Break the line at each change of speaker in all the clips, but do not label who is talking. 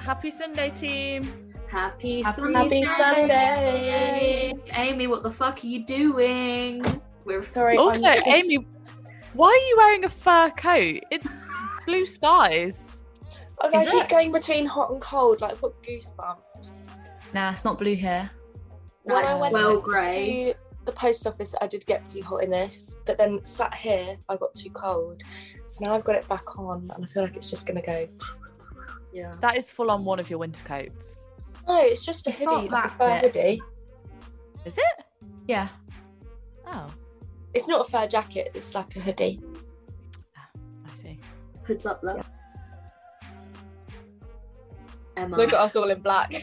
Happy Sunday, team.
Happy,
Happy
Sunday.
Sunday.
Amy, what the fuck are you doing? We're
Sorry.
Also,
I'm just-
Amy, why are you wearing a fur coat? It's blue skies.
Okay, oh, I
Is
keep
it?
going between hot and cold. Like, what goosebumps?
Nah, it's not blue hair.
When I
Like,
went
well,
to
grey.
the post office, I did get too hot in this, but then sat here, I got too cold. So now I've got it back on, and I feel like it's just gonna go.
yeah.
That is full on one of your winter coats.
No, it's just a
It's
hoodie,
not
like a
that
fur
thick.
hoodie.
Is it?
Yeah.
Oh,
It's not a fur jacket. It's like a hoodie.
I see.
Hoods up, love. Emma.
Look at us all in black.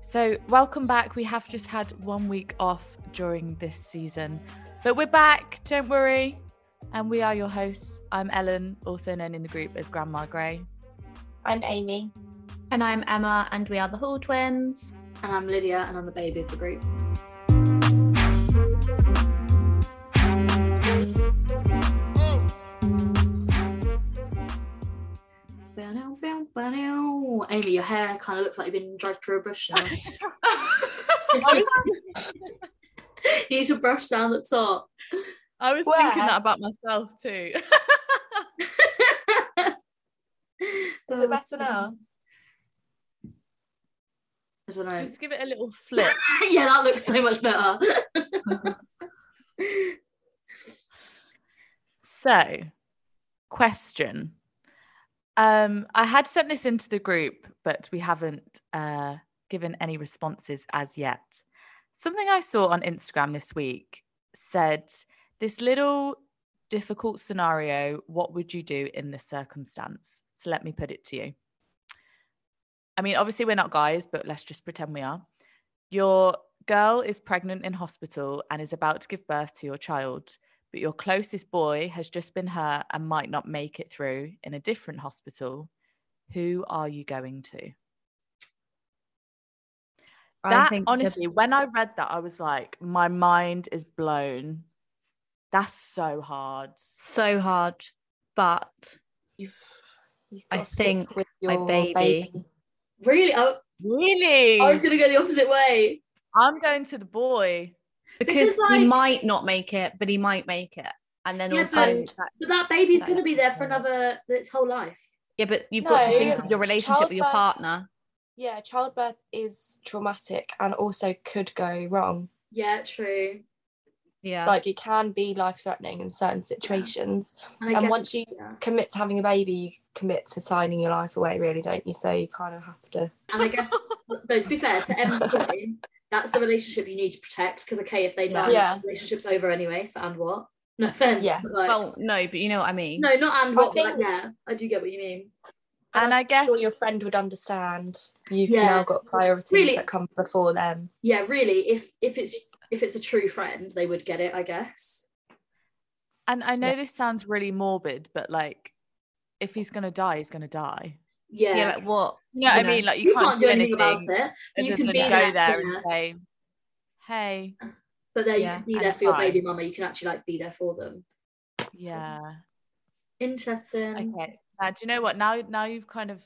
So, welcome back. We have just had one week off during this season, but we're back. Don't worry. And we are your hosts. I'm Ellen, also known in the group as Grandma Grey.
I'm Amy.
And I'm Emma, and we are the Hall twins.
and I'm Lydia, and I'm the baby of the group. Ba-dow, bow, ba-dow. Amy, your hair kind of looks like you've been dragged through a brush now. you need to brush down the top.
I was
Where?
thinking that about myself too.
Is it better now?
I don't know.
just give it a little flip.
yeah, that looks so much better.
So, question. Um, I had sent this into the group, but we haven't uh, given any responses as yet. Something I saw on Instagram this week said this little difficult scenario what would you do in this circumstance? So, let me put it to you. I mean, obviously, we're not guys, but let's just pretend we are. Your girl is pregnant in hospital and is about to give birth to your child but your closest boy has just been hurt and might not make it through in a different hospital, who are you going to? that honestly, when I read that, I was like, my mind is blown. That's so hard.
so hard, but
You've. you've
I
got to stick
think
with
my baby.
really? I,
Really?
I was going to go the opposite way.
I'm going to the boy.
because,
Because, like-
he might not make it, but he might make it, and then
Yeah,
also,
but-
that-
But that baby's
That
going to be
is
there for
something.
another, its whole life.
yeah, but you've got
No,
to think of your relationship with your
childbirth-
partner.
Yeah, childbirth is traumatic and also could go wrong.
Yeah, true.
Yeah,
Like it can be life threatening in certain situations.
I
And
guess-
once you
yeah.
commit to having a baby, you commit to signing your life away, really, don't you? So you kind of have to.
And I guess, though, to be fair, to Emma's point, that's the relationship you need to protect because, okay, if they die,
Yeah.
the relationship's over anyway. So, and what? No offense.
Yeah.
but, like-
well, no, but you know what I mean.
no, not and
I
what. but, like,
think-
yeah, I do get what you mean.
And I
I'm
guess-
sure your friend would understand. You've
Yeah.
now got priorities
Really.
that come before them.
Yeah, really. If if it's if it's a true friend, they would get it, I guess.
And I know
Yeah.
this sounds really morbid, but like, if he's going to die, he's going to die.
Yeah.
Yeah, like what?
You know what
You
I mean? Like, you,
you, can't, do anything, about it. But you
other
can
than
be
go
there,
there and
yeah.
say, hey,
But there you
Yeah,
can be
and
there for your
fine.
baby mama. You can actually like be there for them.
Yeah.
Interesting.
Okay. Now, do you know what? Now, now you've kind of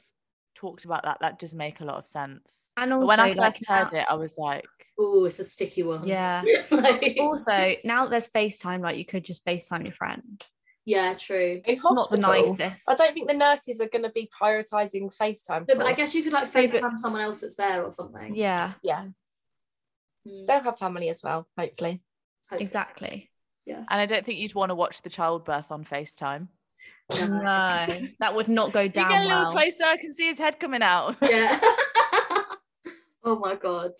talked about that. That does make a lot of sense.
And
But
also,
when I
like,
first heard it, I was like,
Oh, it's a sticky one.
yeah.
Like-
Also, now that there's FaceTime, like you could just FaceTime your friend.
yeah, true.
In
Not the
hospital,
nicest.
I don't think the nurses are going to be prioritising FaceTime.
No, but I
calls.
guess you could like
Favourite-
FaceTime someone else that's there or something.
Yeah,
yeah,
Mm,
they'll have family as well, hopefully.
hopefully.
exactly.
Yeah.
and I don't think you'd want to watch the childbirth on FaceTime.
Yeah.
No, that would not go
You
down
get a little
well.
closer, I can see his head coming out.
yeah. oh my god.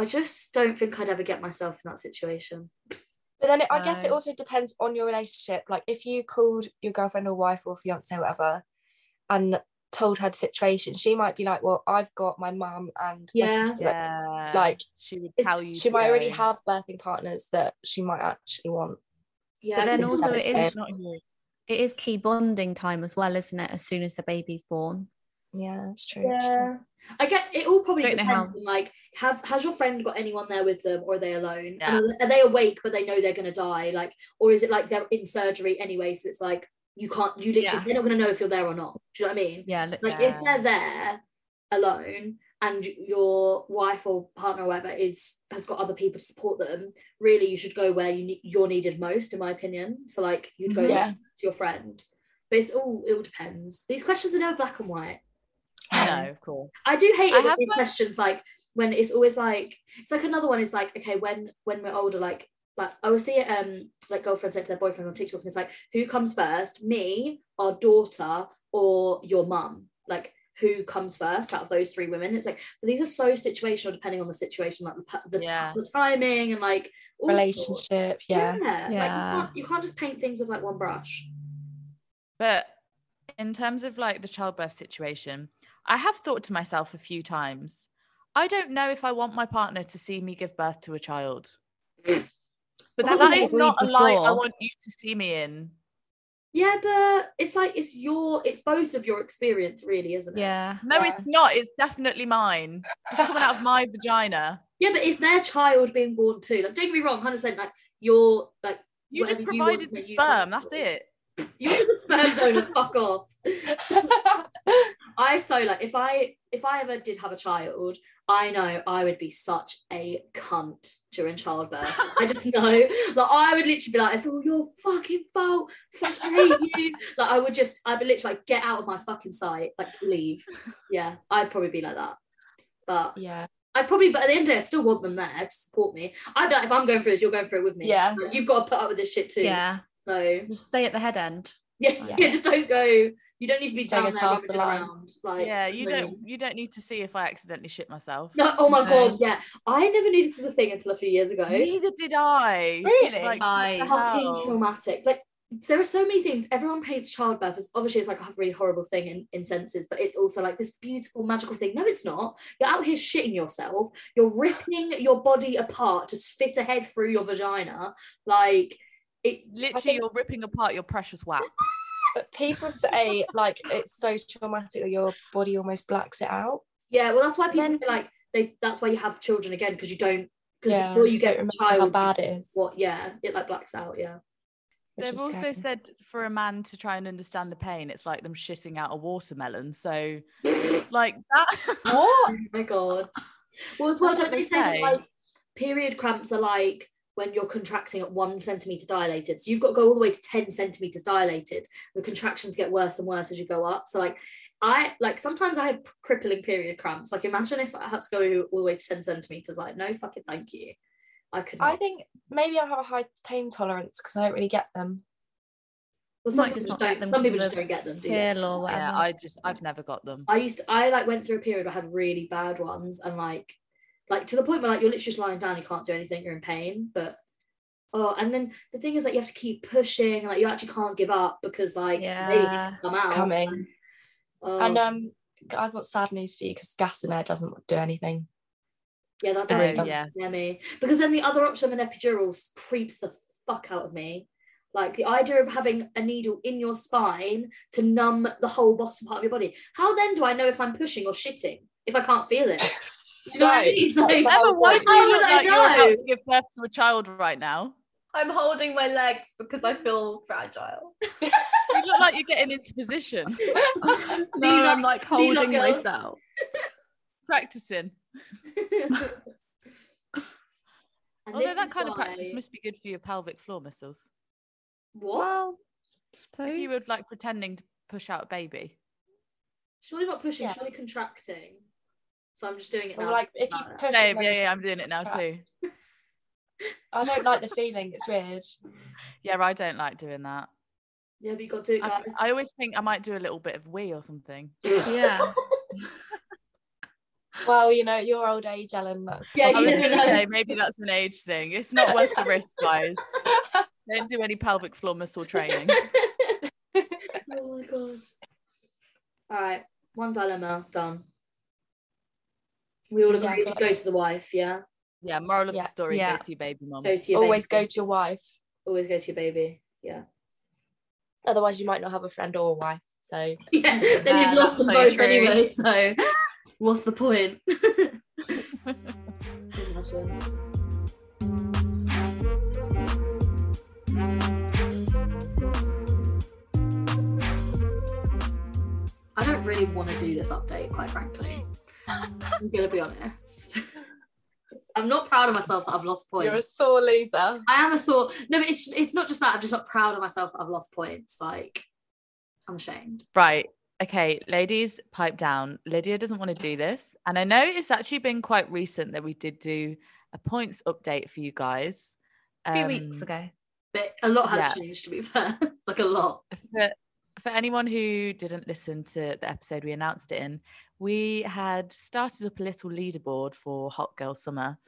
I just don't think I'd ever get myself in that situation.
But then it, I guess it
Um,
No.
also depends on your relationship. Like if you called your girlfriend or wife or fiance or whatever and told her the situation, she might be like, Well, I've got my mum and my
Yeah.
sister. that-"
Yeah.
Like
she would
it's-
tell you.
she
to
might already
go.
have birthing partners that she might actually want.
Yeah.
But
I
then
think
also,
so.
it
Yeah.
is
It's not you.
it is key bonding time as well, isn't it? As soon as the baby's born.
Yeah, that's true. actually.
Yeah. I get it all probably
Don't know
depends
how.
on like have has your friend got anyone there with them or are they alone?
Yeah.
And are, are they awake but they know they're gonna die? Like, or is it like they're in surgery anyway? So it's like you can't you literally
Yeah.
they're not gonna know if you're there or not. Do you know what I mean?
Yeah,
Like
Yeah.
if they're there alone and your wife or partner or whatever is has got other people to support them, really you should go where you need you're needed most, in my opinion. So like you'd go
Mm-hmm.
Mhm.
Yeah.
to your friend. But it's all it all depends. These questions are never black and white.
No, of course.
I do hate
I
it when
have
these
my-
questions like when it's always like it's like another one is like okay when when we're older like like I will see um like girlfriends say to their boyfriends on TikTok and it's like who comes first me our daughter or your mum like who comes first out of those three women it's like these are so situational depending on the situation like the, p- the, t-
Yeah.
the timing and like all sorts.
Relationship, yeah.
yeah, Like, you,
Yeah.
can't, you can't just paint things with like one brush
But in terms of like the childbirth situation, I have thought to myself a few times, I don't know if I want my partner to see me give birth to a child.
But
Well,
was
that is
what we
not a light I
before.
want you to see me in.
yeah but it's like it's your it's both of your experience really isn't it
Yeah.
No,
Yeah.
it's not. It's definitely mine. It's coming out of my vagina.
Yeah, but it's their child being born too. Like, don't get me wrong, hundred percent. Like, you're like
You just
Whatever you want,
provided the
when you
sperm.
want.
That's it.
you to the sperm donor. fuck off. I so like if I if I ever did have a child, I know I would be such a cunt during childbirth. I just know, like I would literally be like, "It's all your fucking fault. Fuck I hate you." Like I would just, I'd be literally like, "Get out of my fucking sight. Like leave." Yeah, I'd probably be like that. But
yeah.
I probably, but at the end of the day, I still want them there to support me. I'd be like, if I'm going through this, you're going through it with me.
Yeah.
Like, You've got to put up with this shit too.
Yeah.
So
Just stay at the head end.
yeah, yeah,
Yeah.
just don't go. You don't need to be
Don't
down
go
there
past the
rubbing it
line.
around. Like
yeah, you
really.
don't you don't need to see if I accidentally shit myself.
No, oh my
No.
god, yeah. I never knew this was a thing until a few years ago.
Neither did I.
Really?
It's like,
I-
what the
Fucking
hell?
traumatic. Like there are so many things. Everyone paints childbirth as obviously it's like a really horrible thing in, in senses, but it's also like this beautiful magical thing. No, it's not. You're out here shitting yourself. You're ripping your body apart to spit a head through your vagina. Like it.
Literally,
think-
you're ripping apart your precious wax.
But people say like it's so traumatic that your body almost blacks it out.
Yeah, well, that's why people
Then-
say like they. That's why you have children again because you don't. Because
Yeah,
before you
don't
get a
remember
child,
how bad it is.
what? Yeah, it like blacks out. Yeah.
which
They've
is
also
scary.
said for a man to try and understand the pain, it's like them shitting out a watermelon. So, like that.
What?
Oh my god. Well, as well,
That's what
don't they
they
say that,
say.
like period cramps are like when you're contracting at one centimeter dilated, so you've got to go all the way to ten centimeters dilated. The contractions get worse and worse as you go up. So like. I like sometimes I have crippling period cramps. Like, imagine if I had to go all the way to 10 centimeters. Like, no fucking thank you. I could not.
I think maybe I have a high pain tolerance because I don't really get them.
well, some people
might just
just
not get
don't,
them
some
'cause
people
of
just don't get them, do they?
Pill or whatever.
yeah, I just I've never got them.
I used to, I like went through a period where I had really bad ones and like like to the point where like you're literally just lying down, you can't do anything, you're in pain. But oh, and then the thing is that you have to keep pushing, like you actually can't give up because like the baby needs to come out.
Coming.
Oh,
And um, I've got sad news for you because gas in there doesn't do anything.
yeah, that
Oh,
doesn't
yes.
yeah. me. Because then the other option of an epidural s- creeps the fuck out of me. Like the idea of having a needle in your spine to numb the whole bottom part of your body. How then do I know if I'm pushing or shitting if I can't feel it? Do you know what I
Right.
mean? Like,
That's
Emma, why do
How
you
would
look
I
like you're
know?
about to give birth to a child right now?
I'm holding my legs because I feel fragile.
You look like you're getting into position,
These are-
I'm like
these are
holding
girls.
myself.
practicing.
And
Although
this
that
is
kind of
why-
practice must be good for your pelvic floor muscles.
What?
Well, suppose.
If you were like pretending to push out a baby.
Surely not pushing,
Yeah.
surely contracting. So I'm just doing it
Or,
now.
like if you
Like,
push,
Yeah,
it, like,
yeah, yeah, I'm doing it now
Try
too.
I don't like the feeling. It's weird.
Yeah, I don't like doing that.
Yeah, but you got to do it,
I,
guys.
I always think I might do a little bit of wee or something.
Yeah.
Well, you know, your old age, Ellen. That's
Yeah,
I
you
was
never
gonna
know.
say, maybe that's an age thing. It's not worth the risk, guys. Don't do any pelvic floor muscle training.
oh my god. All right, one dilemma done. We all
Yeah,
agree
I
to
feel
go to the wife, yeah?
Yeah, moral of
Yeah.
the story:
Yeah.
go to your baby mom.
Go to your
always
baby.
go to your wife.
Always go to your baby. Yeah.
Otherwise, you might not have a friend or a wife. So
yeah, then
Yeah,
you've lost them
that's so
both
true.
anyway. So, what's the point? Imagine. I don't really want to do this update, quite frankly. I'm gonna be honest. I'm not proud of myself that I've lost points.
sore loser.
I am a sore. No, but it's it's not just that. I'm just not proud of myself that I've lost points. Like, I'm ashamed.
Right. Okay, ladies, pipe down. Lydia doesn't want to do this. And I know it's actually been quite recent that we did do a points update for you guys.
A few
Um,
weeks ago.
But a lot has
Yeah.
changed, to be fair. like a lot.
For, for anyone who didn't listen to the episode we announced it in, we had started up a little leaderboard for Hot Girl Summer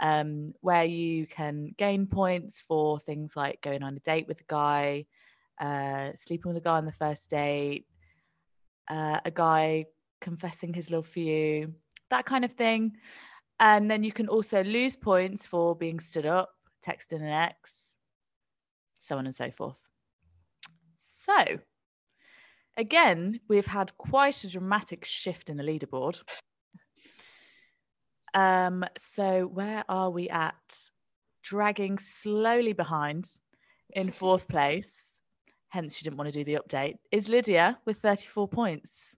um, where you can gain points for things like going on a date with a guy, uh, sleeping with a guy on the first date, uh, a guy confessing his love for you, that kind of thing. And then you can also lose points for being stood up, texting an ex, so on and so forth. So, again, we've had quite a dramatic shift in the leaderboard. Um, so where are we at? Dragging slowly behind in fourth place. Hence, she didn't want to do the update. Is Lydia with 34 points?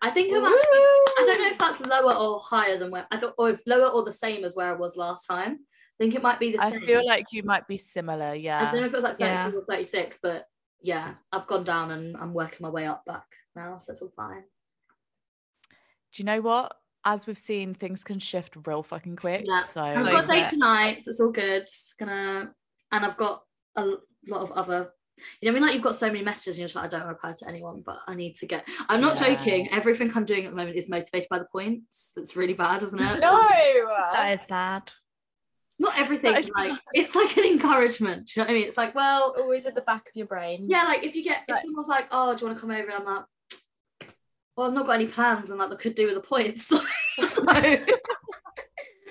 I think I'm actually. I don't know if that's lower or higher than where I thought, or if lower or the same as where I was last time. I think it might be the
I
same.
feel like you might be similar. Yeah.
I don't know if it was like 30
Yeah.
or 36, but yeah, I've gone down and I'm working my way up back now, so it's all fine.
Do you know what? As we've seen, things can shift real fucking quick.
Yeah.
So
I've got a
Like
day
that.
tonight, so it's all good. Just gonna and I've got a l- lot of other you know, what I mean, like you've got so many messages, and you're just like, I don't reply to anyone, but I need to get. I'm not
Yeah.
joking. Everything I'm doing at the moment is motivated by the points. That's really bad, isn't it?
That is bad.
not everything.
That is
Like it's like an encouragement. Do you know what I mean? It's like, well,
always at the back of your
Mm.
brain.
yeah. Like if you get if someone's like, oh, do you want to come over? And I'm like, well, I've not got any plans, and like they could do with the points. so,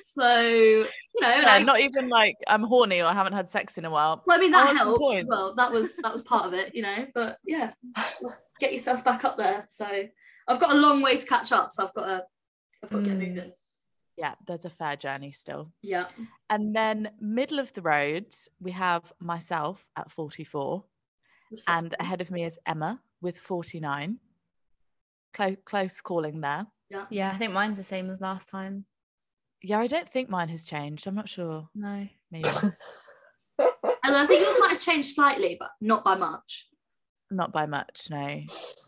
so you know,
Yeah,
like,
not even like I'm horny or I haven't had sex in a while.
Well, I mean
I
that
want some
helped as
points.
well. That was that was part of it, you know. But yeah, get yourself back up there. So I've got a long way to catch up. So I've got to, I've got to get
Mm.
moving.
Yeah, there's a fair journey still.
Yeah,
And then middle of the road, we have myself at 44, and ahead of me is Emma with 49. Close, close calling there.
Yeah, I think mine's the same as last time.
Yeah, I don't think mine has changed. I'm not sure.
No.
Maybe
and I think it might have changed slightly, but not by much.
not by much, no.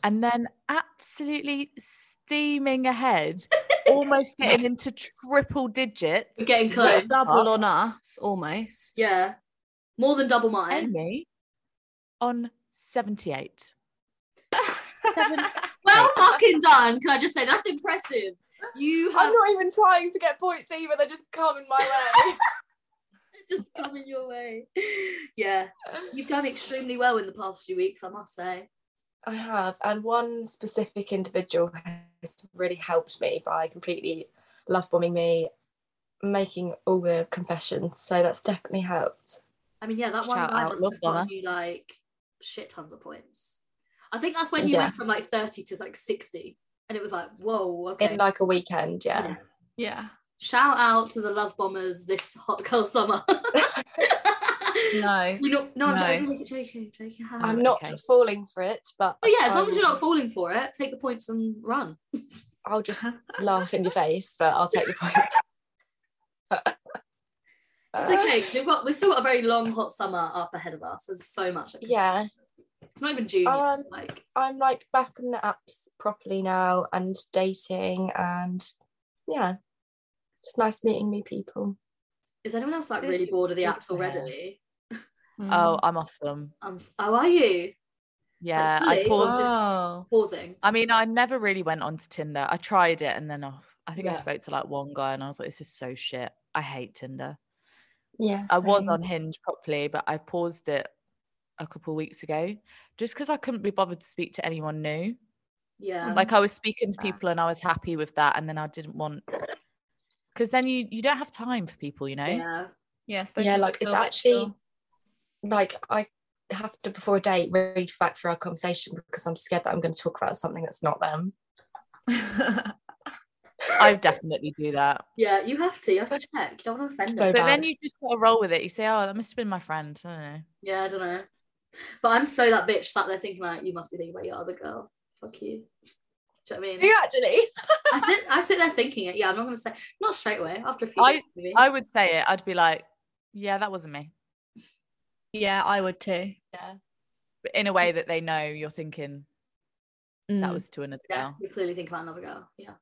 And then absolutely steaming ahead, almost getting into triple digits.
We're getting close.
Double on us almost.
Yeah, more than double mine.
Amy on 78. Seven-
Well fucking done. Can I just say that's impressive? You have
not even trying to get points either. They're just coming my
just coming your way. Yeah, you've done extremely well in the past few weeks, I must say.
I have, and one specific individual has really helped me by completely love bombing me, making all the confessions. So that's definitely helped.
I mean, yeah, that one
Shout
guy
out,
must
love
have gotten
bomber.
you like shit tons of points. I think that's when you
Yeah.
went from like 30 to like 60. And it was like, whoa, okay.
In like a weekend, yeah.
Yeah.
Yeah.
Shout out to the love bombers this hot girl summer.
No.
You know, no, I'm
No.
joking, joking, joking, joking.
I'm
Oh,
not
okay.
falling for it, but
But Oh, yeah, as long as
I'll-
you're not falling for it, take the points and run.
I'll just oh, laugh in your face, but I'll take the point.
It's okay. 'cause We've got we've still got a very long hot summer up ahead of us. There's so much. that can-
Yeah,
It's not even June. yet,
Um,
like
I'm like back on the apps properly now and dating, and yeah, it's nice meeting new people.
is anyone else like
this
really
is
bored of the
good
apps
for her.
already?
Hmm.
Oh, I'm off them.
Um, oh, are you?
Yeah, I
really?
paused.
Oh.
Pausing.
I mean, I never really went onto Tinder. I tried it and then off. I think I
Yeah.
spoke to like one guy and I was like, this is so shit. I hate Tinder.
Yeah,
I was
so-
on Hinge properly, but I paused it a couple weeks ago just because I couldn't be bothered to speak to anyone new.
Yeah.
Like I was speaking to people and I was happy with that. And then I didn't want, because then you, you don't have time for people, you know?
Yeah.
Yeah,
Yeah, like, it's actually- like I have to before a date read back for our conversation because I'm scared that I'm going to talk about something that's not them.
I definitely do that.
Yeah, you have to. You have to check. You don't want to offend
So
them.
but then
bad.
you just gotta roll with it. You say, "Oh, that must have been my friend." I don't know.
Yeah, I don't know. But I'm so that bitch sat there thinking like, you must be thinking about your other girl. Fuck you. Do you know what I mean?
Do you actually?
I, think, I sit there thinking it. Yeah, I'm not gonna say not straight away after a few.
I-
days, maybe.
I would say it. I'd be like, "Yeah, that wasn't me,"
yeah, I would too.
but in a way that they know you're thinking that
Mm.
was to another
yeah,
girl.
you clearly think about another girl. Yeah,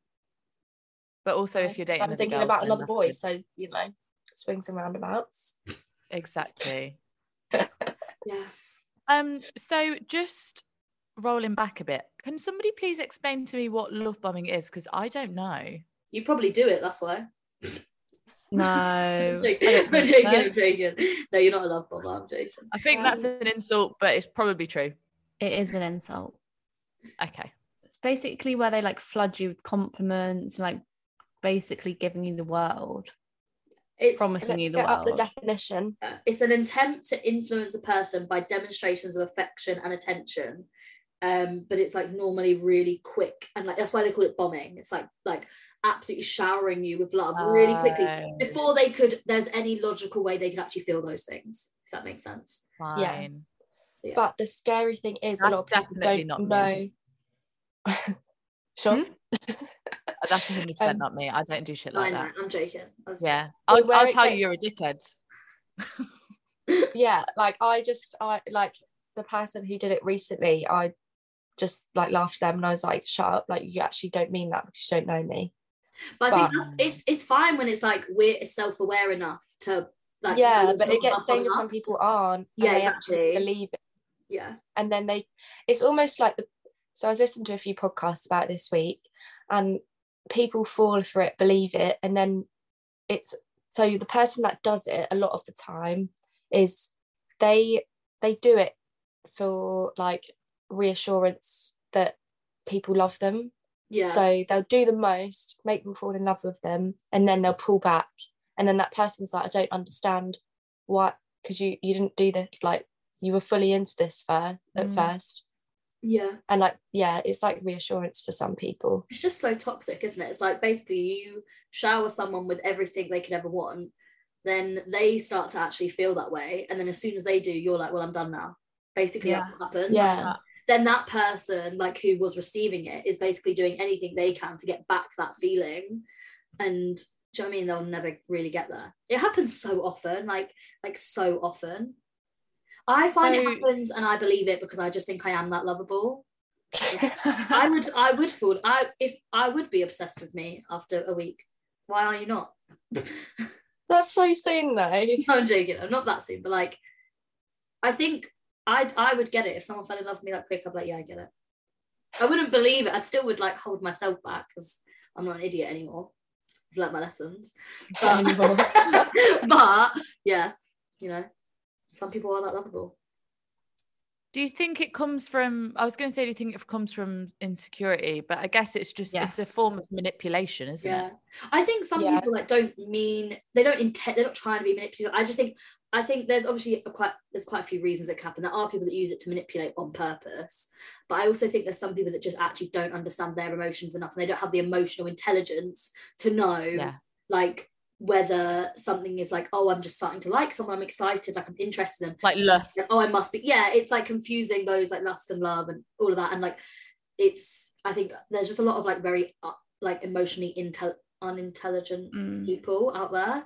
But also, if you're dating,
I'm
other
thinking
girls,
about
then
another
that's
boy,
good.
so you know, swings and roundabouts.
exactly.
yeah.
Um, so just rolling back a bit, can somebody please explain to me what love bombing is? Because I don't know.
You probably do it. That's why.
No,
I'm
I
joking.
don't
I'm
think
joking.
so.
I'm joking. No, you're not a love bomb. I'm joking.
I think that's
Um,
an insult, but it's probably true.
it is an insult.
Okay.
It's basically where they like flood you with compliments, like basically giving you the world,
It's
promising you the
Get up
world.
the definition.
Uh, it's an attempt to influence a person by demonstrations of affection and attention um but it's like normally really quick and like that's why they call it bombing it's like like absolutely showering you with love really quickly
Oh.
Fine,
before they could there's any logical way they could actually feel those things if that makes sense
Fine.
so yeah
But the scary thing is a
That's
lot of people
definitely
don't
not
know.
me. Hmm?
Sean,
That's 100%
Um,
not me. I don't do shit
I
like
know,
that.
i'm joking I was
Yeah.
So
I'll,
where
I'll
it
tell you you're a
gets-
dickhead.
yeah, like I just I like the person who did it recently, I just like laughed at them and I was like, shut up, like you actually don't mean that because you don't know me.
but i think
But-
that's, it's it's fine when it's like we're self-aware enough to like
yeah,
know
but it
what's
gets
up on
dangerous
that.
when people aren't.
Yeah,
and they actually
exactly.
believe it.
yeah
And then they it's almost like the so I was listening to a few podcasts about it this week and people fall for it, believe it, and then it's so the person that does it a lot of the time is they they do it for like reassurance that people love them
yeah
So they'll do the most, make them fall in love with them, and then they'll pull back. And then that person's like, I don't understand why, because you you didn't do this. Like you were fully into this fir- at
Mm.
first,
yeah
and like yeah, it's like reassurance for some people.
it's just so toxic, isn't it? It's like basically you shower someone with everything they could ever want, then they start to actually feel that way. And then as soon as they do, you're like, well, I'm done now. Basically, that's what happens.
Yeah,
Then that person, like who was receiving it, is basically doing anything they can to get back that feeling. And do you know what I mean? They'll never really get there. It happens so often, like like so often. I find it
So-
happens and I believe it because I just think I am that lovable. I would I would fall I if I would be obsessed with me after a week. Why are you not?
that's so soon though.
I'm joking. I'm not that soon, but like I think I I would get it if someone fell in love with me that quick. I'd be like, yeah, I get it. I wouldn't believe it. I still would like hold myself back because I'm not an idiot anymore. I've learned my lessons. But,
Anymore.
but yeah, you know, some people are that lovable.
Do you think it comes from, I was going to say, do you think it comes from insecurity? But I guess it's just, it's
Yes.
a form of manipulation, isn't
yeah
it?
i think some
Yeah.
people like don't mean they don't intend they're not trying to be manipulative i just think i think there's obviously a quite there's quite a few reasons it can happen there are people that use it to manipulate on purpose but i also think there's some people that just actually don't understand their emotions enough and they don't have the emotional intelligence to know
Yeah.
like whether something is like oh i'm just starting to like someone i'm excited like i'm interested in them
Like lust.
oh i must be yeah it's like confusing those like lust and love and all of that and like it's i think there's just a lot of like very uh, like emotionally intel unintelligent
Mm.
people out there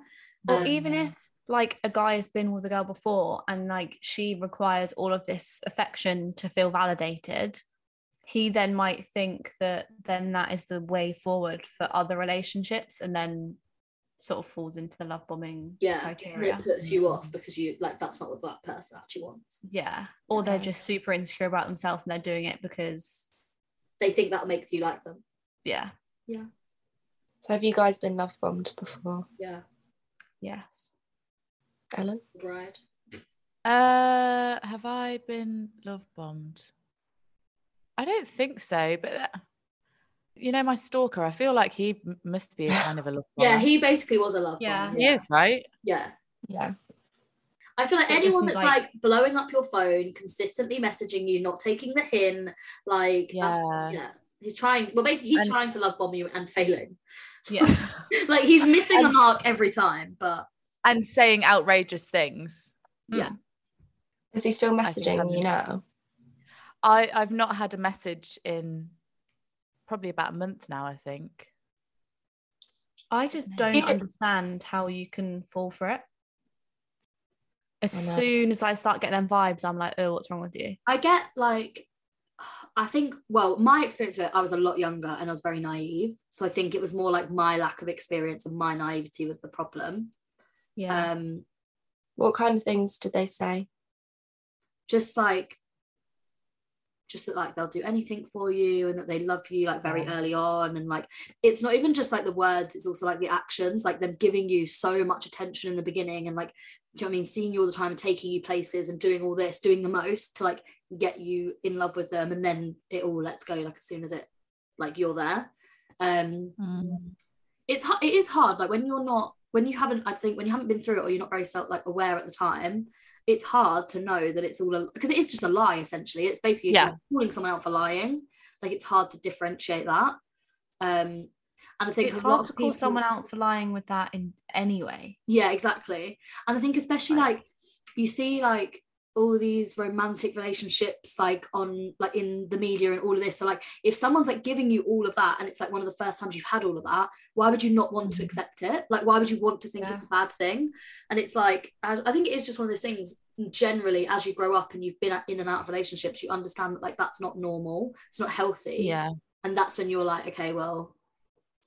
Or
Um,
even if like a guy has been with a girl before and like she requires all of this affection to feel validated, he then might think that then that is the way forward for other relationships and then sort of falls into the love bombing
yeah
criteria. Mm.
it puts you off because you like that's not what that person actually wants
Yeah. Or they're
Okay.
just super insecure about themselves and they're doing it because
they think that makes you like them
yeah,
so have you guys been love bombed before,
yeah
yes.
Ellen?
right
Uh, have I been love bombed? I don't think so, but that- you know, my stalker, I feel like he m- must be a kind of a love bomber.
yeah he basically was a love
Yeah.
bomb.
He is, right?
yeah
Yeah,
I feel like
It just,
anyone that's like,
like-
blowing up your phone, consistently messaging you, not taking the hint, like
Yeah.
that's, yeah, he's trying. Well, basically, he's
And-
trying to love bomb you and failing.
Yeah.
like he's missing the
And-
mark every time. But
and saying outrageous things.
Is he
I
still
think I'm
messaging you
in.
now?
I I've not had a message in probably about a month now. I think.
I just
Don't
don't
know.
understand how you can fall for it. As
I know.
soon as I start getting them vibes, I'm like, oh, what's wrong with you?
I get like, I think. Well, my experience of it, I was a lot younger and I was very naive. So I think it was more like my lack of experience and my naivety was the problem.
Yeah.
Um,
What kind of things did they say?
just like just that like they'll do anything for you and that they love you like very early on and like it's not even just like the words it's also like the actions like them giving you so much attention in the beginning and like do you know what I mean seeing you all the time and taking you places and doing all this doing the most to like get you in love with them and then it all lets go like as soon as it like you're there um
Mm.
it's hard it is hard like when you're not when you haven't i think when you haven't been through it or you're not very self like aware at the time it's hard to know that it's all because it is just a lie essentially it's basically
Yeah.
calling someone out for lying like it's hard to differentiate that um and i think
it's
a lot
hard
of
to call
people-
someone out for lying with that in any way.
yeah, exactly. And I think especially like you see like all these romantic relationships like on like in the media and all of this. So like if someone's like giving you all of that and it's like one of the first times you've had all of that, why would you not want to
Mhm.
accept it? Like why would you want to think it's a
Yeah.
bad thing? And it's like I, I think it is just one of those things generally as you grow up and you've been in and out of relationships, you understand that like that's not normal, it's not healthy.
Yeah.
And that's when you're like, okay, well,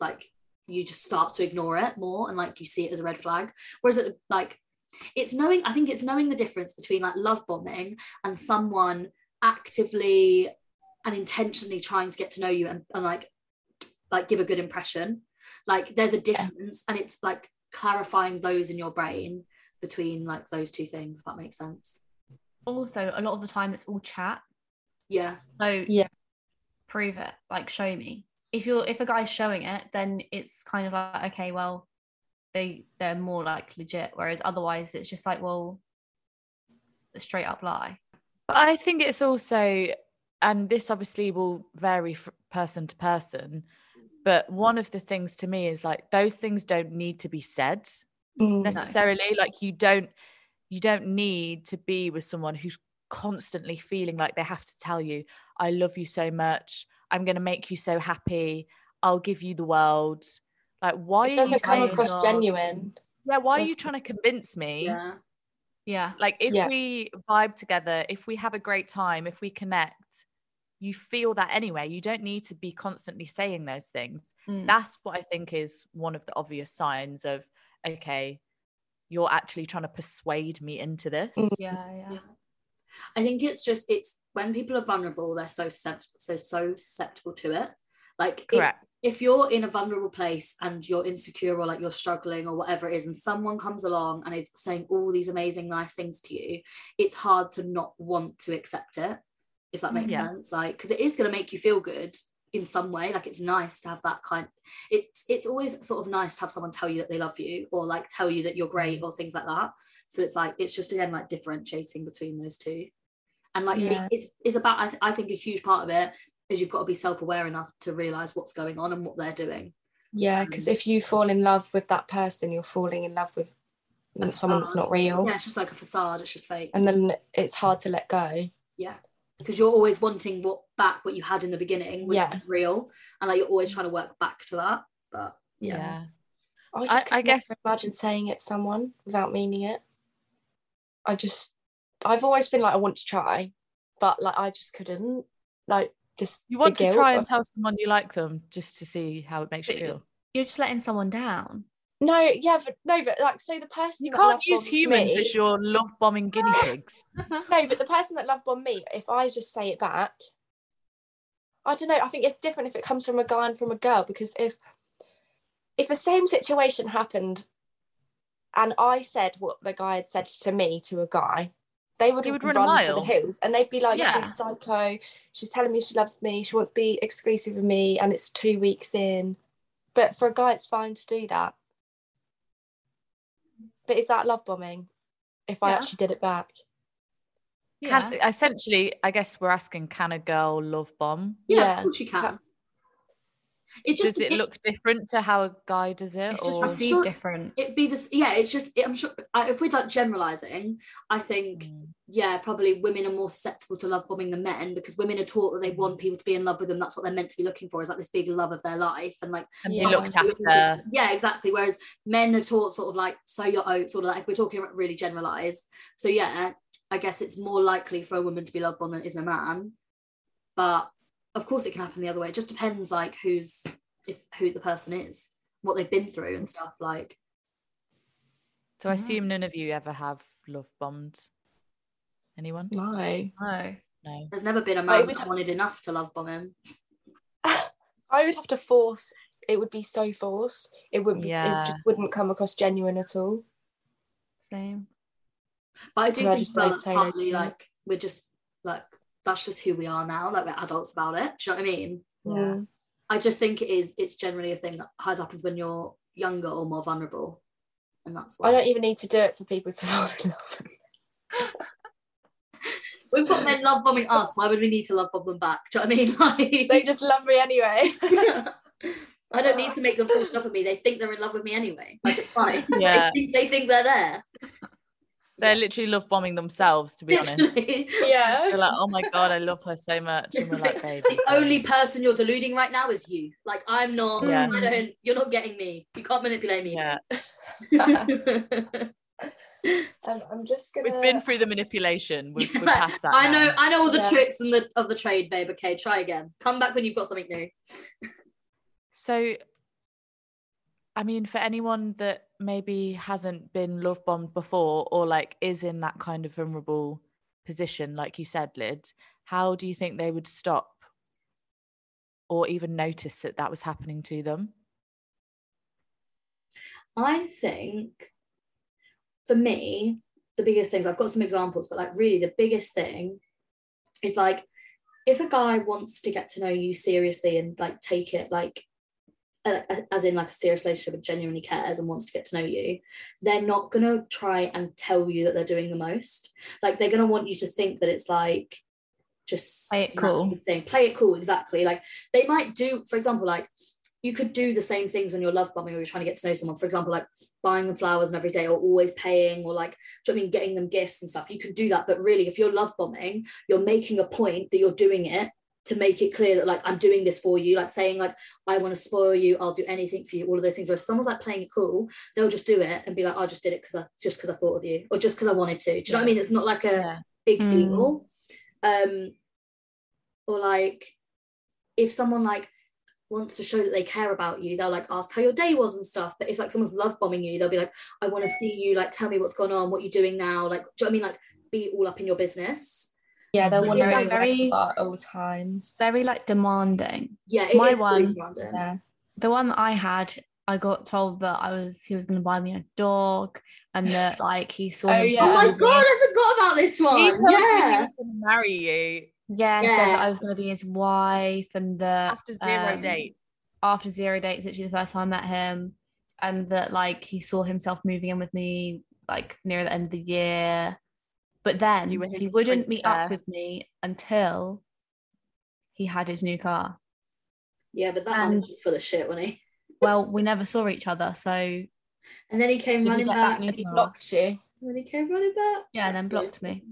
like you just start to ignore it more and like you see it as a red flag whereas it, like it's knowing i think it's knowing the difference between like love bombing and someone actively and intentionally trying to get to know you and, and like like give a good impression like there's a difference and it's like clarifying those in your brain between like those two things if that makes sense
Also, a lot of the time it's all chat.
yeah
So
Yeah.
prove it. Like show me. If you're if a guy's showing it, then it's kind of like, okay, well, they they're more like legit. Whereas otherwise it's just like, well, a straight up lie.
But I think it's also, and this obviously will vary from person to person, but one of the things to me is like those things don't need to be said
Mm.
necessarily. Like you don't, you don't need to be with someone who's constantly feeling like they have to tell you, "I love you so much. I'm going to make you so happy. I'll give you the world." Like, why
It
are you
doesn't come
saying-
across
or-
genuine.
Yeah, why are you
Doesn't-
trying to convince me?
yeah
Yeah.
Like if
Yeah.
we vibe together, if we have a great time, if we connect, you feel that anyway. You don't need to be constantly saying those things.
Mm.
That's what I think is one of the obvious signs of okay, you're actually trying to persuade me into this.
Mm.
yeah, yeah.
Yeah. I think it's just it's when people are vulnerable, they're so suscept- so so susceptible to it. Like it's,
Correct.
if you're in a vulnerable place and you're insecure or like you're struggling or whatever it is, and someone comes along and is saying all these amazing nice things to you, it's hard to not want to accept it. If that makes
Yeah.
sense, like because it is going to make you feel good in some way. Like it's nice to have that kind. It's it's always sort of nice to have someone tell you that they love you or like tell you that you're
Mm.
great or things like that. So it's like it's just again like differentiating between those two and like it-
Yeah.
it's it's about I, th- I think a huge part of it is you've got to be self-aware enough to realize what's going on and what they're doing
Yeah, because
Um,
if you fall in love with that person, you're falling in love with
A
someone that's
facade.
not real,
yeah it's just like a facade it's just fake
Oh. and then it's hard to let go.
because you're always wanting what back what you had in the beginning which
Yeah.
is real and like you're always trying to work back to that but
Yeah,
yeah.
I just
I- I
could
guess-
never imagine saying it to someone without meaning it. I just, I've always been like, I want to try, but like I just couldn't. Like just
You
the
want to
guilt
try and
of-
tell someone you like them just to see how it makes you feel.
You're just letting someone down.
No, yeah, but no, but like, so the person
You
that
can't
love
use
bombs
humans
me-
as your love bombing guinea pigs.
No, but the person that loved on me, if I just say it back, I don't know. I think it's different if it comes from a guy and from a girl because if if the same situation happened and I said what the guy had said to me to a guy, they would,
You would run a
for the
mile.
hills and they'd be like,
Yeah.
"She's psycho. She's telling me she loves me. She wants to be exclusive with me, and it's two weeks in." But for a guy, it's fine to do that. But is that love bombing? if I
Yeah.
actually did it back.
Can, Essentially, I guess we're asking can a girl love bomb?
Yeah,
Yeah.
of course you can. It just
Does it
depends-
look different to how a guy does it?
it's just
or...
received
received different.
It'd be this. Yeah, it's just. I'm sure I, if we're like generalizing, I think
Mm.
yeah, probably women are more susceptible to love bombing than men because women are taught that they
Mm.
want people to be in love with them. That's what they're meant to be looking for is like this big love of their life and like
And
Yeah.
be looked
Yeah,
after.
exactly. Whereas men are taught sort of like sow your oats, sort of like we're talking about really generalized. So yeah, I guess it's more likely for a woman to be love bombed than it is a man. But of course, it can happen the other way. It just depends like who's if who the person is, what they've been through and stuff. Like
So I
Mhm.
Mm-hmm.
assume none of you ever have love bombed. Anyone?
No.
No.
No.
there's never been a
I
man
would-
that wanted enough to love bomb him.
I would have to force it would be so forced. It wouldn't be
Yeah.
it just wouldn't come across genuine at all.
Same.
But I do
'Cause I
think
just
as well
don't
it's
say no
partly
to them.
like we're just like that's just who we are now. Like we're adults about it. Do you know what I mean?
Yeah.
Mm.
I just think it is. It's generally a thing that either happens when you're younger or more vulnerable, and that's why
I don't even need to do it for people to fall in love.
we've got men love bombing us. Why would we need to love bomb them back? Do you know what I mean?
they
Like,
just love me anyway.
I don't need to make them fall in love with me. They think they're in love with me anyway. Like it's fine.
Yeah.
they, think, they think they're there.
They're literally love bombing themselves, to be honest.
Literally.
yeah.
They're like, oh my God, I love her so much. And we're like, baby.
the only person you're deluding right now is you. Like I'm not.
Yeah.
I don't. You're not getting me. You can't manipulate me.
Yeah.
Um, I'm just gonna
We've been through the manipulation. We've, we've
Yeah,
passed that.
I know,
now.
I know all the
Yeah.
tricks and the of the trade, babe. Okay, try again. Come back when you've got something new.
So, I mean, for anyone that maybe hasn't been love bombed before or like is in that kind of vulnerable position, like you said, Lid, how do you think they would stop or even notice that that was happening to them?
I think for me, the biggest things, I've got some examples, but like really the biggest thing is like if a guy wants to get to know you seriously and like take it like a- a- as in like a serious relationship and genuinely cares and wants to get to know you they're not going to try and tell you that they're doing the most like they're going to want you to think that it's like just
Play it cool.
thing play it cool exactly like they might do for example like you could do the same things when you're love bombing or you're trying to get to know someone for example like buying them flowers and every day or always paying or like do you know what I mean getting them gifts and stuff you can do that but really if you're love bombing you're making a point that you're doing it to make it clear that like I'm doing this for you like saying like I want to spoil you I'll do anything for you all of those things whereas someone's like playing it cool they'll just do it and be like I just did it because I just because I thought of you or just because I wanted to do you know what I mean it's not like a big
Mm.
deal um or like if someone like wants to show that they care about you they'll like ask how your day was and stuff but if like someone's love bombing you they'll be like i want to see you like tell me what's going on what you're doing now like do you know what i mean like be all up in your business
yeah, they'll want
It's
to
like
know
very-
very... at all times.
Very like demanding.
yeah it
My
is really
one-
random.
yeah.
the one that I had, I got told that I was he was going to buy me a dog, and that like he saw.
Oh,
himself
oh my
as being-
god i forgot about this
He
one
told you he
yeah
was going to marry you
Yeah, he said
Yeah.
that I was going to be his wife, and that
after zero
um,
dates.
after zero dates, literally the first time I met him, and that like he saw himself moving in with me like near the end of the year, but then
You were
he
his
wouldn't meet up
princess.
with me until he had his new car.
yeah but that man
And-
was just full of shit wasn't he
Well, we never saw each other, so
and then he came
Did he
running
get
back
that
and
new
And he
car?
blocked you.
then he came running back
Yeah, and then blocked me.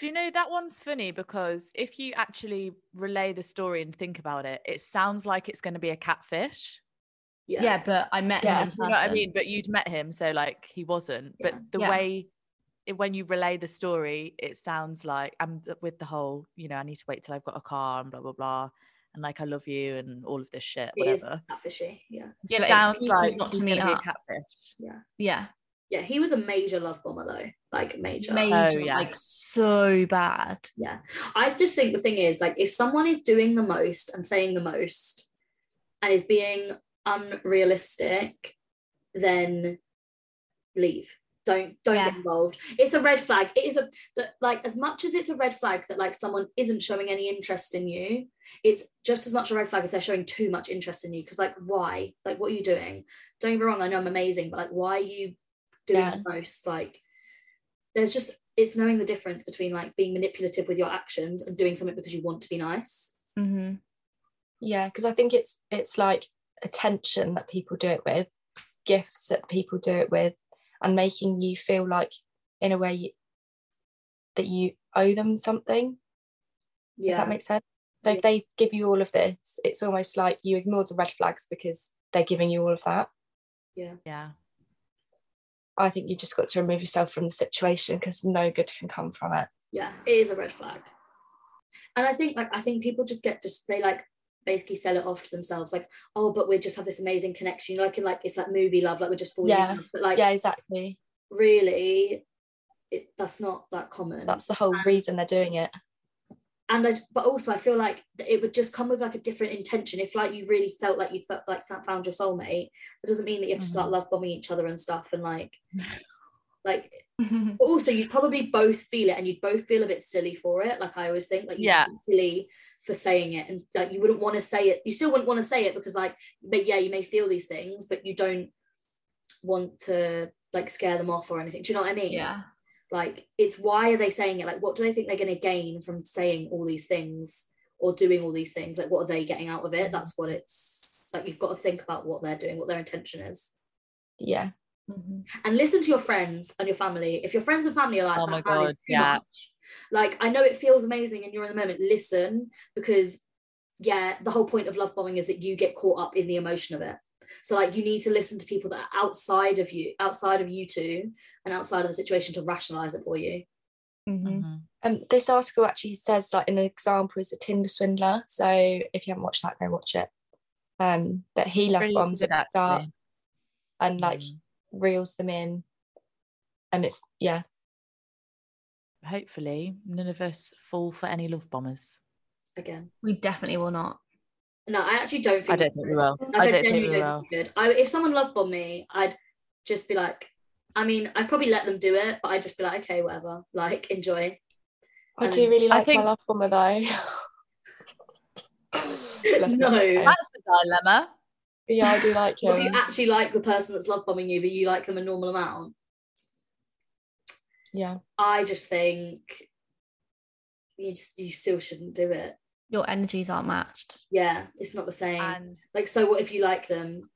Do you know that one's funny because if you actually relay the story and think about it, it sounds like it's going to be a catfish.
yeah,
yeah, but I met
Yeah,
him. in
You know what I
person.
mean? But you'd met him, so like he wasn't.
Yeah.
But the
Yeah.
way it, when you relay the story, it sounds like I'm with the whole, you know, I need to wait till I've got a car and blah blah blah, and like I love you and all of this shit,
it is
whatever.
that fishy yeah
It
like,
sounds
excuses
like
not to
he's
meet
gonna be a
up.
catfish.
Yeah.
yeah he was a major love bomber though like major
Major,
Oh, yeah.
like so bad.
yeah i just think the thing is like if someone is doing the most and saying the most and is being unrealistic then leave don't don't
Yeah.
get involved it's a red flag it is a that like as much as it's a red flag that like someone isn't showing any interest in you it's just as much a red flag if they're showing too much interest in you because like why like what are you doing don't get me wrong i know i'm amazing but like why are you doing
Yeah.
the most like there's just it's knowing the difference between like being manipulative with your actions and doing something because you want to be nice.
Mm-hmm.
Yeah, because I think it's it's like attention that people do it with, gifts that people do it with, and making you feel like in a way you, that you owe them something. If
Yeah.
that makes sense. So
Yeah.
if they give you all of this, it's almost like you ignore the red flags because they're giving you all of that.
Yeah.
I think you just got to remove yourself from the situation because no good can come from it.
yeah it is a red flag and i think like i think people just get just they like basically sell it off to themselves like oh but we just have this amazing connection like in like it's like movie love like we're just falling in
Yeah.
love. but like
yeah, exactly.
really it, that's not that common
That's the whole reason they're doing it.
and I, but also i feel like th- it would just come with like a different intention if like you really felt like you felt like sa- found your soulmate it doesn't mean that you have to start love bombing each other and stuff and like like
Mm-hmm.
But also, you'd probably both feel it, and you'd both feel a bit silly for it. Like I always think, like you'd
Yeah.
feel silly for saying it, and like you wouldn't want to say it. You still wouldn't want to say it because, like, but yeah, you may feel these things, but you don't want to like scare them off or anything. Do you know what I mean?
Yeah.
Like, it's why are they saying it? Like, what do they think they're going to gain from saying all these things or doing all these things? Like, what are they getting out of it? That's what it's like. You've got to think about what they're doing, what their intention is,
Yeah.
Mm-hmm.
and listen to your friends and your family. If your friends and family are like,
Oh
"That
my
man is
God,
too
yeah.
much," like I know it feels amazing and you're in the moment, listen because yeah, the whole point of love bombing is that you get caught up in the emotion of it. So like you need to listen to people that are outside of you, outside of you two, and outside of the situation to rationalize it for you.
Mm-hmm.
Mhm.
Um, this article actually says like an example is a Tinder swindler. So if you haven't watched that, go watch it. Um, but he love
Really
bombs at
good,
the start
actually.
and like
Mhm.
reels them in, and it's yeah,
hopefully none of us fall for any love bombers.
Again.
We definitely will not.
No, I actually don't think
I don't think we will.
Like,
I don't think we
genuinely
will.
think we could. I, if someone love bombed me, I'd just be like, I mean, I'd probably let them do it, but I'd just be like, okay, whatever. Like, enjoy.
I
Um,
do really
I
like
think-
my love bomber though. Bless
No.
him.
That's the dilemma.
yeah, I do like
Or if you
him.
actually like the person that's love bombing you, but you like them a normal amount.
Yeah,
I just think you just, you still shouldn't do it.
Your energies aren't matched.
Yeah, it's not the same.
And
like, so what if you like them?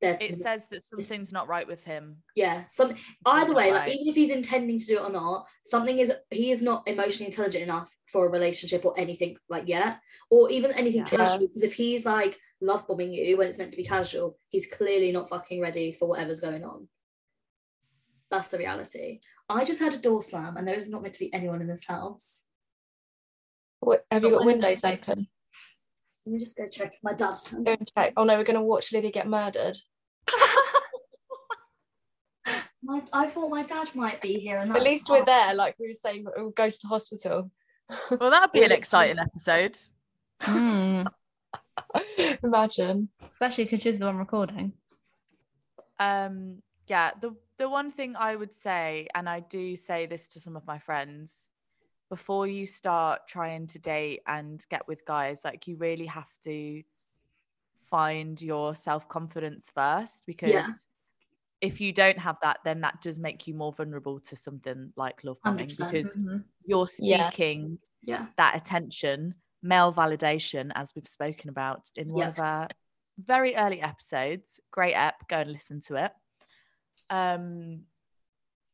They're,
it says that something's not right with him.
yeah, some either way, like
Right.
even if he's intending to do it or not, something is he is not emotionally intelligent enough for a relationship or anything like yet, or even anything
Yeah.
casual. Because if he's like love bombing you when it's meant to be casual, he's clearly not fucking ready for whatever's going on. That's the reality. I just heard a door slam, and there is not meant to be anyone in this house.
what, have you
Got
got
windows
windows open?
Let me just go check my dad's.
Go and check. Oh no, we're gonna watch Lydia get murdered.
My, I thought my dad might be here, and
At
that's
least we're there, like we were saying, we'll go to the hospital.
Well, that'd be an
Literally.
exciting episode.
Mm.
Imagine.
Especially because she's the one recording.
Um, yeah, the the one thing I would say, and I do say this to some of my friends, before you start trying to date and get with guys, like you really have to find your self confidence first because if you don't have that, then that does make you more vulnerable to something like love bombing
100%.
because you're
Yeah.
seeking
Yeah,
that attention, male validation, as we've spoken about in one
Yeah.
of our very early episodes. Great app, go and listen to it. Um,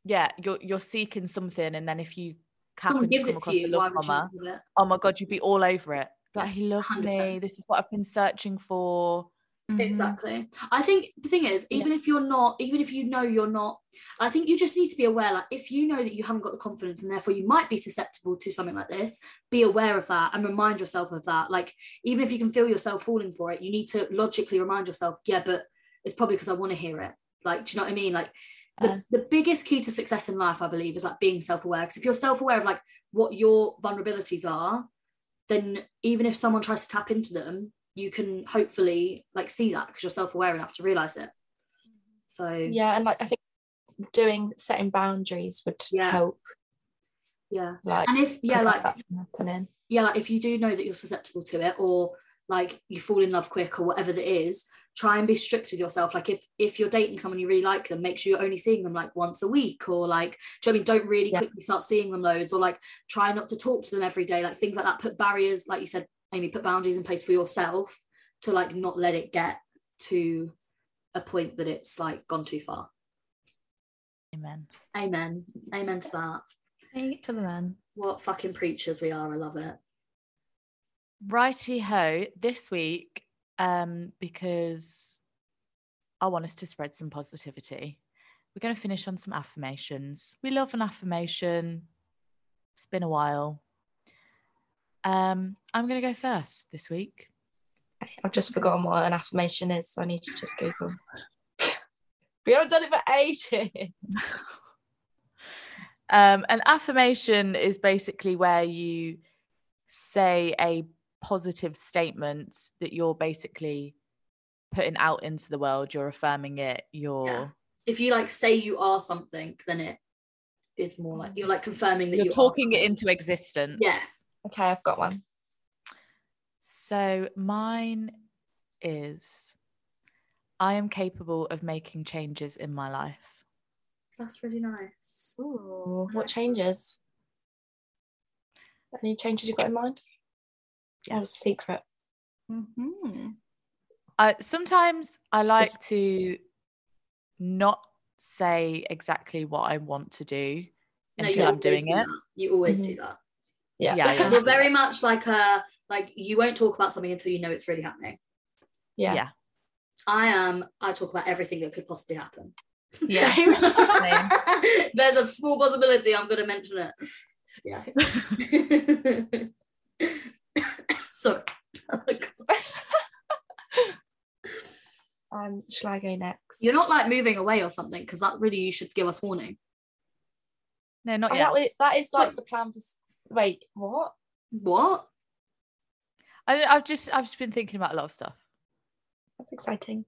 yeah, you're you're seeking something, and then if you
someone
happen to
gives
come
it to
across a
you. Why
love
would you
bomber,
do it?
oh my god, you'd be all over it.
Yeah,
Like he loves
100%.
me. This is what I've been searching for.
Mhm.
Exactly. I think the thing is,
Yeah.
even if you're not, even if you know you're not, I think you just need to be aware. Like, if you know that you haven't got the confidence and therefore you might be susceptible to something like this, be aware of that and remind yourself of that. Like, even if you can feel yourself falling for it, you need to logically remind yourself, yeah, but it's probably because I want to hear it. Like, do you know what I mean? Like, the,
Yeah.
the biggest key to success in life, I believe, is like being self aware. Because if you're self aware of like what your vulnerabilities are, then even if someone tries to tap into them, you can hopefully like see that because you're self-aware enough to realize it. So yeah,
Yeah, and like I think doing setting boundaries would
Yeah.
help. Like
and if yeah,
prevent
like
that from happening.
yeah, like if you do know that you're susceptible to it, or like you fall in love quick, or whatever that is, try and be strict with yourself like if if you're dating someone you really like them make sure you're only seeing them like once a week or like do you know what I mean don't really
Yeah.
quickly start seeing them loads or like try not to talk to them every day like things like that put barriers like you said Amy put boundaries in place for yourself to like not let it get to a point that it's like gone too far
Amen.
amen amen to that
Eight to the men.
what fucking preachers we are I love it
Righty ho, this week, um, because I want us to spread some positivity, we're going to finish on some affirmations. We love an affirmation. It's been a while. Um, I'm going to go first this week.
I've just forgotten what an affirmation is, so I need to just Google. we haven't done it for ages.
um, an affirmation is basically where you say a positive statement that you're basically putting out into the world, you're affirming it, you're.
Yeah. if you like say you are something, then it is more like you're like confirming that
you're
you are
talking it
something.
into existence.
Yeah.
Okay, I've got one.
So mine is I am capable of making changes in my life.
That's really nice.
Ooh, what changes? Any changes you've got in mind? Yes,
Yes.
secret.
Mm-hmm.
I sometimes I like to not say exactly what I want to do
No,
until
you
I'm
always
doing
do
it.
that. You always
Mhm.
do that.
Yeah.
Yeah, yeah.
You're very much like a like you won't talk about something until you know it's really happening.
Yeah.
Yeah.
I am. I talk about everything that could possibly happen.
Yeah.
There's a small possibility I'm going to mention it. Yeah. Sorry.
Um, shall I go next?
You're not like moving away or something because that really you should give us warning.
No, not
Oh,
yet.
that, was, that is like the plan for. s- Wait, what?
What?
I, I've just I've just been thinking about a lot of stuff.
That's exciting.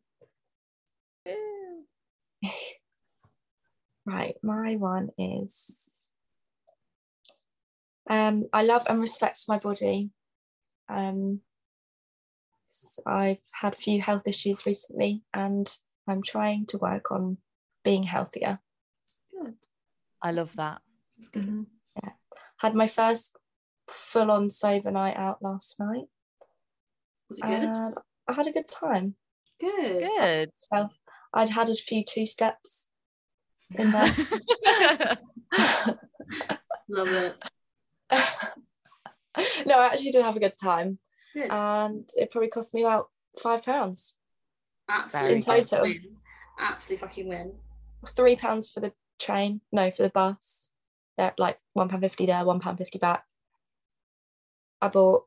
right, my one is um I love and respect my body. Um s- I've had a few health issues recently and I'm trying to work on being healthier.
Good.
I
Mm.
love that.
That's good.
Mm-hmm.
Had my first full on sober night out last night.
Was it
Uh,
good?
and I had a good time.
good.
Good.
I'd had a few two steps in there.
Love it.
no, I actually did have a good time,
Good.
Uh,
and it probably cost me about five pounds
Absolutely
in
Very good.
total.
win. Absolutely fucking win.
Three pounds for the train, no, for the bus. They're like one pound fifty there, one pound fifty back. I bought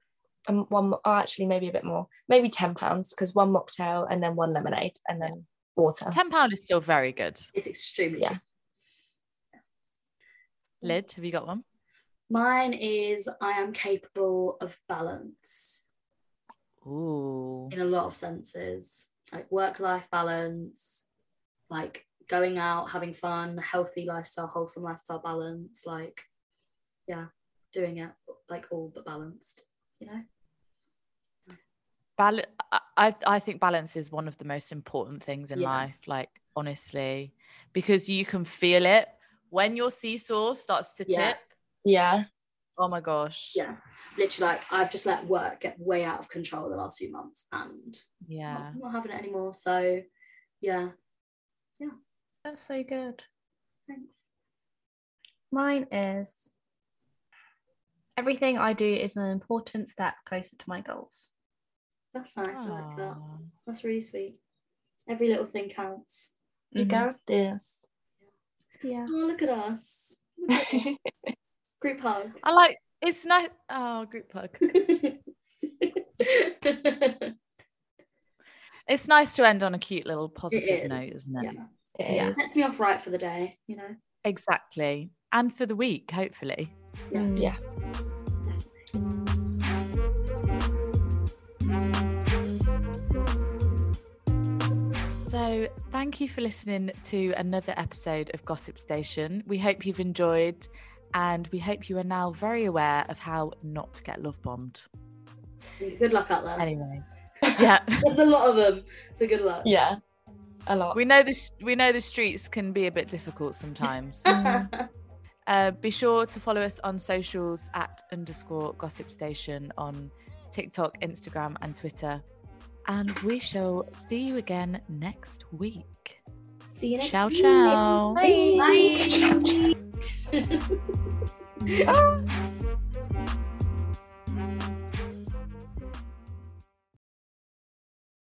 um, one, mo- oh, actually maybe a bit more, maybe ten pounds because one mocktail and then one lemonade and then water.
Ten pound is still very good.
It's extremely
Yeah.
cheap.
Lid, have you got one?
Mine is I am capable of balance
Ooh.
in a lot of senses, like work life balance, like going out, having fun, healthy lifestyle, wholesome lifestyle balance. Like, yeah, doing it like all but balanced, you know?
Bal- I, I I think balance is one of the most important things in
Yeah.
life, like honestly, because you can feel it when your seesaw starts to
Yeah.
tip.
Yeah,
Oh my gosh.
Yeah. Literally, like, I've just let work get way out of control the last few months and
Yeah.
not, not having it anymore. So, yeah,
That's so good.
thanks.
Mine is everything I do is an important step closer to my goals.
That's nice. I like that.
Aw.
That's really sweet. Every little thing counts.
you got this.
Yeah.
Oh, look at us. Look at us. Group hug.
I like it's nice. Oh, group hug. It's nice to end on a cute little positive
is,
note, isn't it?
yeah.
It
Yeah.
is.
Sets me off right for the day, you know?
Exactly. And for the week, hopefully.
Yeah.
Mm.
Yeah.
Definitely.
So, thank you for listening to another episode of Gossip Station. We hope you've enjoyed, and we hope you are now very aware of how not to get love bombed.
Good luck out there.
Anyway, yeah.
There's a lot of them, so good luck.
Yeah, a lot.
We know the sh- we know the streets can be a bit difficult sometimes.
Mm.
Uh, be sure to follow us on socials at underscore gossip station on TikTok, Instagram, and Twitter. And we shall see you again next week.
See you next
Ciao,
week.
ciao.
Bye.
Bye.
Bye.
Ah.